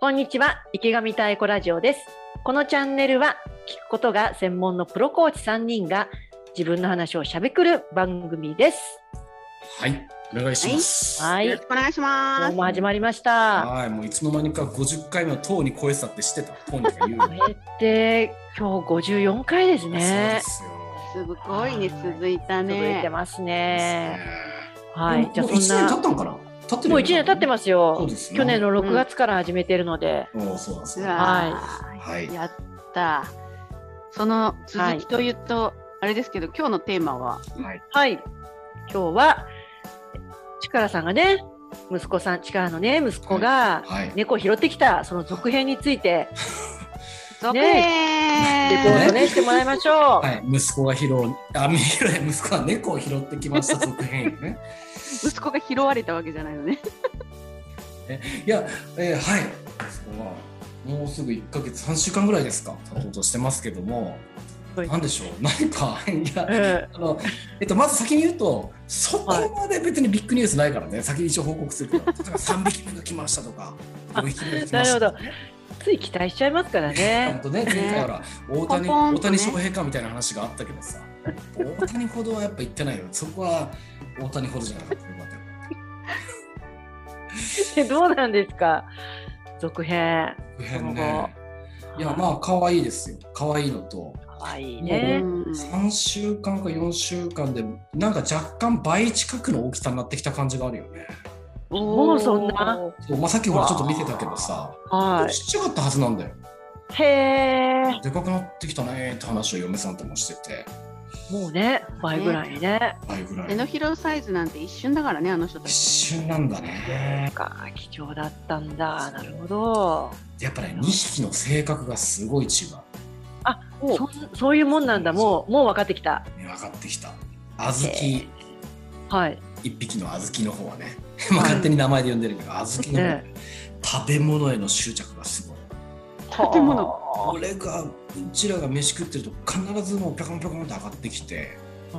こんにちは池上太鼓ラジオですこのチャンネルは聞くことが専門のプロコーチ3人が自分の話をしゃべくる番組ですはい、お願いします。はよろいしくお願いしま今日す。も始まりましたはい、もういつの間にか50回目のとうに超えてたって知ってた。とうにが言うの。 これって今日54回ですそうでねすよ。すごいね、続いた続いてね。ますでねすねはいもうじゃあもう一そん年経なったんかな。経ってるもう一年経ってまますよそうですね去年の6月から始めてるので、す。おそうなんですうね。わはーい。やった。その続きというと、あれですけど、今日のテーマは、はい。はい今日はチカラさんがね息子さんチカラのね息子がはい。猫を拾ってきたその続編について続レポート編。ねしてもらいましょう。はい、息子が拾う、あ、 見えない息子が猫を拾ってきました続編よね。息子が拾われたわけじゃないのね。いや、えーはい。息子はもうすぐ1ヶ月、3週間ぐらいですか、経とうとしてますけども、はいなんでしょう、何か、いや、えあのえっと、まず先に言うと、そこまで別にビッグニュースないからね、先に一応報告するけど、例えば3匹目が来ましたと か、5匹目が来ましたとか、ね、えつい期待しちゃいますから本ね。当ね、前回ほら、大谷、ポンポ大ンとね谷翔平かみたいな話があったけどさ、大谷ほどはやっぱ言ってないよ、そこは大谷ほどじゃなかったよかったよ。 どうなんですか続編。続編ね、いや、まあ、可愛いですよ、可愛いのと、あ可愛いうね。うん3週間か4週間で、なんか若干倍近くの大きさになってきた感じがあるよね。もうそんな。おーそうまあ、さっきほら、ちょっと見てたけどさ、はちっちゃかったはずなんだよ。い。へえ。でかくなってきたねって話を嫁さんともしてて、もうね倍ぐらいね。倍ぐら手のい。ひらサイズなんて一瞬だからね、あの人た一ち。瞬なんだね。か貴重だったんだ。なるほど。やっぱね、2匹の性格がすごい違う。あおそそういうもんなんだ。もうもう分かってきた。ね分かってきた。小豆、はい。一匹の小豆の方はね、 まあ勝手に名前で呼んでるけど、小豆の方、ね食べ物への執着がすごい。建物。は俺が、うちらが飯食ってると必ずもうピョコンピョコンと上がってきて、あ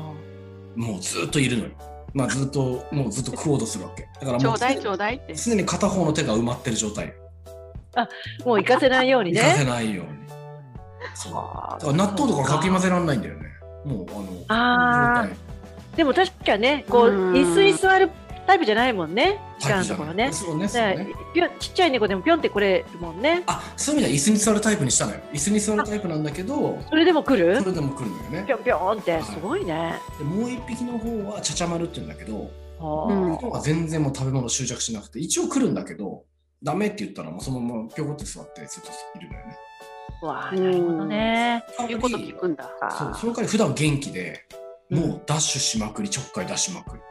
うんもうずっといるのよ。まあずっと、もうずっと食おうとするわけ。だからちもょううだいちょうだいって。常に片方の手が埋まってる状態。もう行かせないように行かせね。ないように。そう。だはあから納豆とかかき混ぜられないんだよね。もうあのあー状態でも確かね、こううん椅子に座るタイプじゃないもんね。時タイ間のプじゃとなこいろね。そうね。そうねね。ぴょんちっちゃい猫でもぴょんってこれるもんね。あ、そういう意味では椅子に座るタイプにしたのよ。椅子に座るタイプなんだけど、それでも来るそ？れでも来るのよねぴ。ょんぴょんってすごいね。でもう一匹の方はちゃちゃ丸って言うんだけど、はうんこの方は全然もう食べ物執着しなくて、一応来るんだけど、ダメって言ったらもうそのままぴょこって座ってずっといるのよね。あ。わあ、なるほどね。言うこと聞くんだ。そう、その代わり普段元気で、もうダッシュしまくり、ちょっかい出しまくり。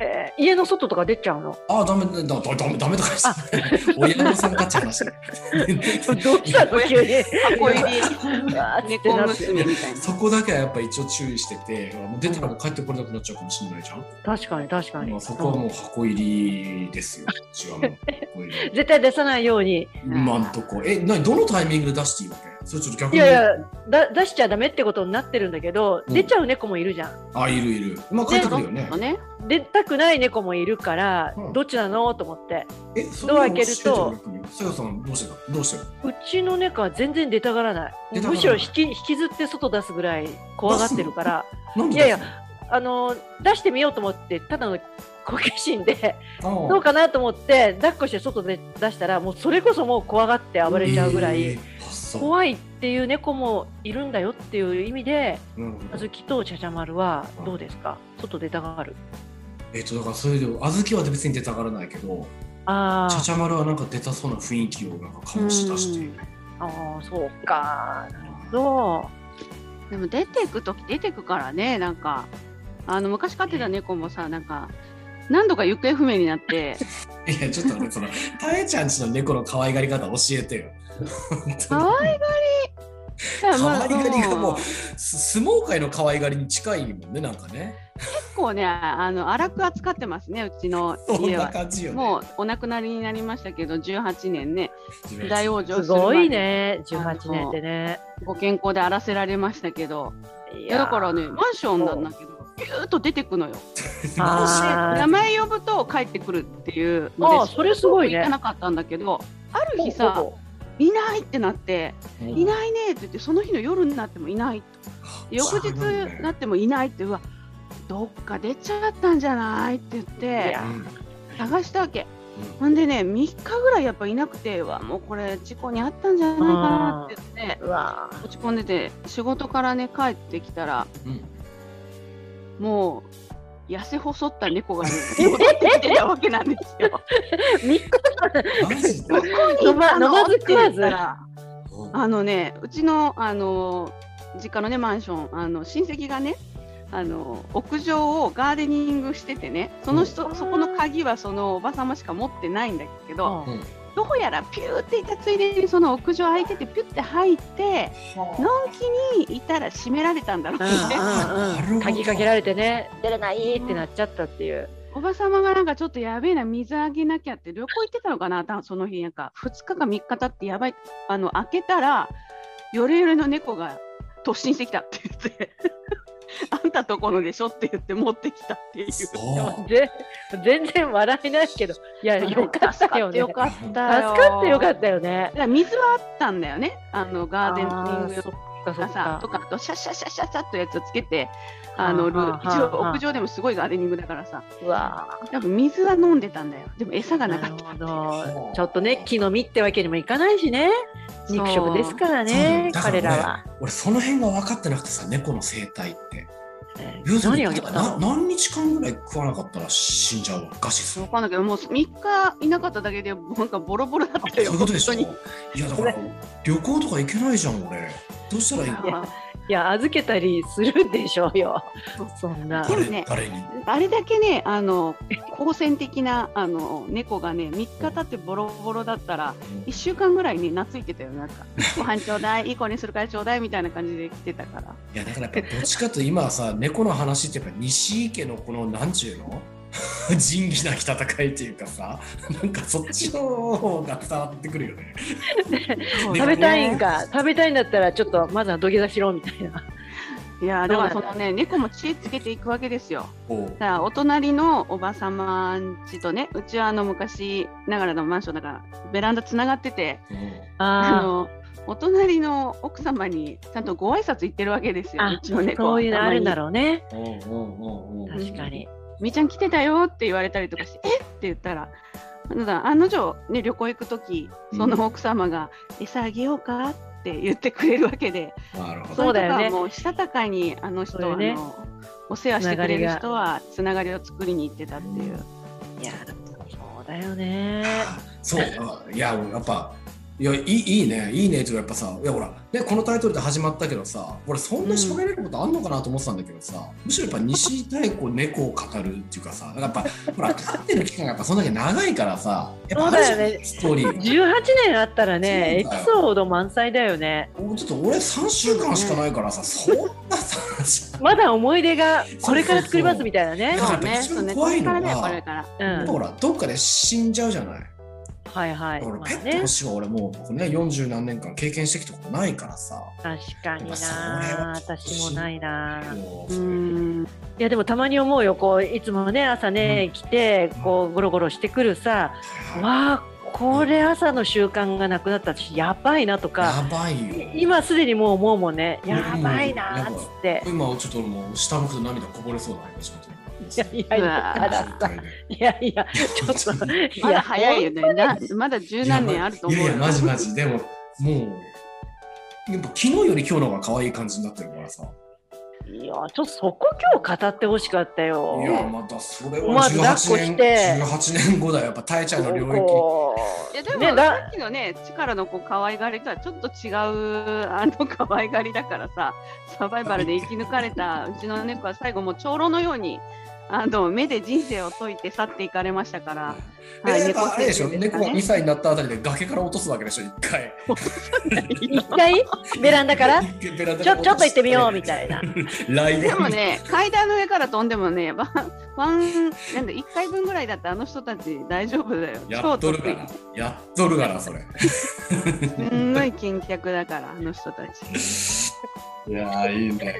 えー家の外とか出ちゃうの？ああ、ダメ、だ、だ、ダメ、ダメとかして。親御さんかっちゃ話だ どうしたの急に？箱入りうわーって猫なって娘みたいな。そこだけはやっぱ一応注意してて、もう出たらもう帰ってこれなくなっちゃうかもしれないじゃん。確かに確かに。まあ、そこはもう箱入りですよ。違うの。箱入うんり。絶対出さないように。今んとこ、え、なに、どのタイミングで出していいわけ。それちょっと逆いに。やいやだ出しちゃダメってことになってるんだけど、うん出ちゃう猫もいるじゃん。あ、いるいる。まあ、帰ってくるよねそう。ね。出たくない猫もいるから、うんどっちなのと思って。え、そドア開けるとさやさん、どうしてた。どうしてる。うちの猫は全然出たがらない出たがらないむしろ引き引きずって外出すぐらい怖がってるからなんでいやいやあの出してみようと思ってただの好奇心でどどうかなと思って抱っこして外で出したらもうそれこそもう怖がって暴れちゃうぐらい、。あーあ、そう。怖いっていう猫もいるんだよっていう意味でなるほどあずきとちゃちゃ丸はどうですか外出たがるえっと、だから、それで、小豆は別に出たがらないけど。あちゃーちゃ丸はなんか出たそうな雰囲気をなんか醸し出している。あーそうかなるほどでも出ていくとき出てくからね、なんか、あの昔飼ってた猫もさ、なんか、何度か行方不明に なって、いやちょっとねそのたえちゃんちの猫の可愛がり方教えてよ。可 愛がり。可愛がりがまもあうす相撲界の可愛がりに近いもんねなんかね。結構ね、あの荒く扱ってますね、うちのそん家なは。感じよね。もうお亡くなりになりましたけど、18年ね、自分たち大往生すするご前いにね18年ってねご健康で荒らせられましたけど、いいやだーからね、マンションなんだけど、ぎゅーっと出てくのよ。あー名前呼ぶと帰ってくるっていうのであーそれすごいね行かなかったんだけど、ある日ほうさほういないってなってうんいないねって言ってその日の夜になってもいない翌日そうなんだよなってもいないってうわどっか出ちゃったんじゃないって言っいてやうん探したわけほんでね3日ぐらいやっぱいなくてうわもうこれ事故にあったんじゃないかなって言って うわー落ち込んでて仕事からね帰ってきたらうんもう痩せ細った 猫がね戻ってきてたわけなんですよ。三日マジでどこに行っ た飲まの飲まず食わずって言ったらあのねうちのあの実家のねマンションあの親戚がねあの屋上をガーデニングしててねその人、うんそこの鍵はそのおば様しか持ってないんだけど、うんどうやらピューっていたついでにその屋上開いててピュって入ってのんきにいたら閉められたんだろうね。なるうんほうんうどん、鍵かけられてね出れないってなっちゃったっていう、おばさまがなんかちょっとやべえな、水あげなきゃって、旅行行ってたのかな、たその日、なんか2日か3日経って、やばい、あの開けたら、よれよれの猫が突進してきたって言って、 あんたとこのでしょって言って持ってきたっていう。そうで全然笑えないけどいやよかったよねよ助かったよ。かってよかだったよねから水はあったんだよね、あのガーデニング用あーそっかとそかっさか、とかあとシャッシャッシャッシャッシャッとやつをつけて、あのルはあはあ一応はあ屋上でもすごいガーデニングだからさ、うわ多分水は飲んでたんだよ。でも餌がーなかなっるたほっていう。どちょっとね木の実ってわけにもいかないしね肉食ですからねそう彼らは、俺その辺が分かってなくてさ猫の生態ってえー要するに何を言ったなの何日間ぐらい食わなかったら死んじゃうわ餓死するわかんないけど、もう3日いなかっただけで、なんかボロボロだったそういよ。うことでしょい本やだから旅行とか行けないじゃん俺どうしたらいい当にのいや預けたりするでしょうよそんなこれ誰誰にあれだけね、あの、好戦的な、あの、猫がね、3日経ってボロボロだったら。1週間ぐらいに懐いてたよ、なんか。ご飯ちょうだい、いい子にするからちょうだいみたいな感じで来てたから。いやだからやっぱどっちかと今はさ猫の話ってやっぱ西池のこのなんちゅうの 仁義なき戦いっていうかさなんかそっちの方が伝わってくるよね。食食べたいんか食べたいんだったらちょっとまずは土下座しろみたいないやー、だからそどうなのね、猫も知恵つけていくわけですよ。こうだからお隣のおばさまんちとね、うちはあの昔ながらのマンションだから、ベランダつながってて、うん ああのお隣の奥様にちゃんとご挨拶行ってるわけですよ、あうちのあ猫はそういうのあるんだたまろうねうんうんうんうんん確かににみーちゃん来てたよって言われたりとかして、えっって言ったら、なんだ案の定、ね、旅行行くとき、その奥様が餌あげようかって言ってくれるわけで、なるほど。そうだよねれとかもうしたたかにあの人そうよねあのお世話してくれる人はつながりを作りに行ってたっていう。いやそうだよねそうあいややっぱいやいいいいねいいねというかやっぱさいやほらねこのタイトルで始まったけどさ俺そんな喋れることあんのかなと思ってたんだけどさ、むしろやっぱ西太子猫を語るっていうかさやっぱほら飼ってる期間がやっぱそんだけ長いからさやっぱあるじゃそうんだよねストーリー。 18年あったらねエそピうだよソード満載だよねちょっと俺3週間しかないからさ、そんなさ、まだ思い出がこれから作りますみたいなねそうそうそうそうね、怖いこのれがからだよ、これから。うんほら、どっかで死んじゃうじゃない。はいはいだからまあペットねの死は俺もうね、40何年間経験してきたことないからさ、確かにまあそれなはちょっと私もないなもうう、んいやでもたまに思うよこういつもね朝ね、来てこうゴロゴロしてくるさ、やわあこれ朝の習慣がなくなったしやばいなとかばいよ。今すでにもう思うもんねうんやばいなーっつって、今ちょっともう下向くと涙こぼれそうだね、ちょっと。いやいやいやたださいやいやちょ っといまだや早いよね。なまだ十何年あると思ういよ。やいや、マジマジ。でも、もう、やっぱ昨日より今日の方が可愛い感じになってるからさ。いやちょっとそこ今日語ってほしかったよいや、またそれ思わはず抱っこ18し年て18年後だよ、やっぱタエちゃんの領域。こいやでうも、ねさだっきのね、力のこう可愛がりとはちょっと違う、あの可愛がりだからさ、サバイバルで生き抜かれたうちの猫は最後、もう長老のように、あの目で人生を解いて去っていかれましたから、えはいなんかあれでしょ、先生猫かが2ね歳になったあたりで崖から落とすわけでしょ、一回。一回ベランダからベ ランちダからょちょっと行ってみようみ落とたいなして。来で年もね、階段の上から飛んでもね、ワン、ワン、なんだ、1回分ぐらいだって、あの人たち大丈夫だよ。やっとるか超ら、やっとるから、それ。得意すんごい健脚だから、あの人たち。いやー、いいね。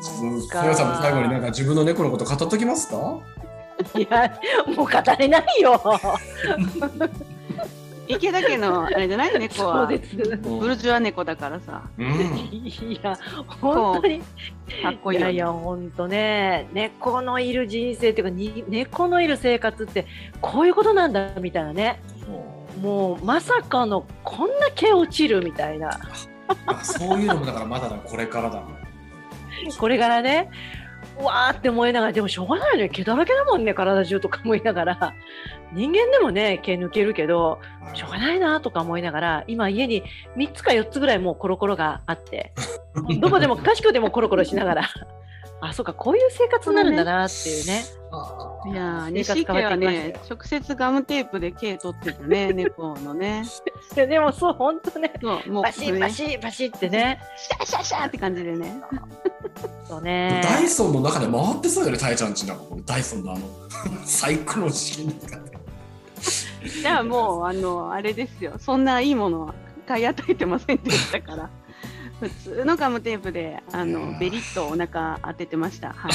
ちょっそと、っかさんも最後になんか自分の猫のこと語っときますかいやもう語れないよ池田家のあれじゃない猫そうはです。ブルジュア猫だからさうん。いや、本当に。かっこいいいよやねいや、本当ね、猫のいる人生っていうか、に猫のいる生活って、こういうことなんだみたいなね。もう、まさかの、こんな毛落ちるみたいな。あそういうのもだからまだだこれからだもん。これからね。うわーって思いながら、でもしょうがないよね、毛だらけだもんね、体中とか思いながら。人間でもね、毛抜けるけど、しょうがないなとか思いながら今家に3つか4つぐらいもうコロコロがあって どこでもかしこでもコロコロしながらあそうかこういう生活になるんだなっていうねあいやー生活西家変わはってきましたよね直接ガムテープで毛取って るね猫のねいやでもそう本当ねそうもうバそシれッねバシッバシッってねシャーシャーシャーって感じでねそうーねダイソンの中で回ってそうよね、タイちゃんちなんかこのダイソンのあ のサイクロン式の中で。じゃあもうあのあれですよそんないいものは買い与えてませんでしたから 普通のガムテープであのベリッとお腹当ててました、はい、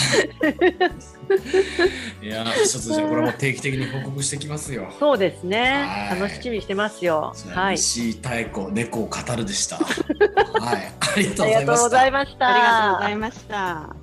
いやー、ちょっとじゃあこれも定期的に報告してきますよ。そうですねはい楽しみにしてますよじゃあはい西井妙子、 猫を語るでした。はい、ありがあとうりがございとまうごしたざ。いましたありがとうございました。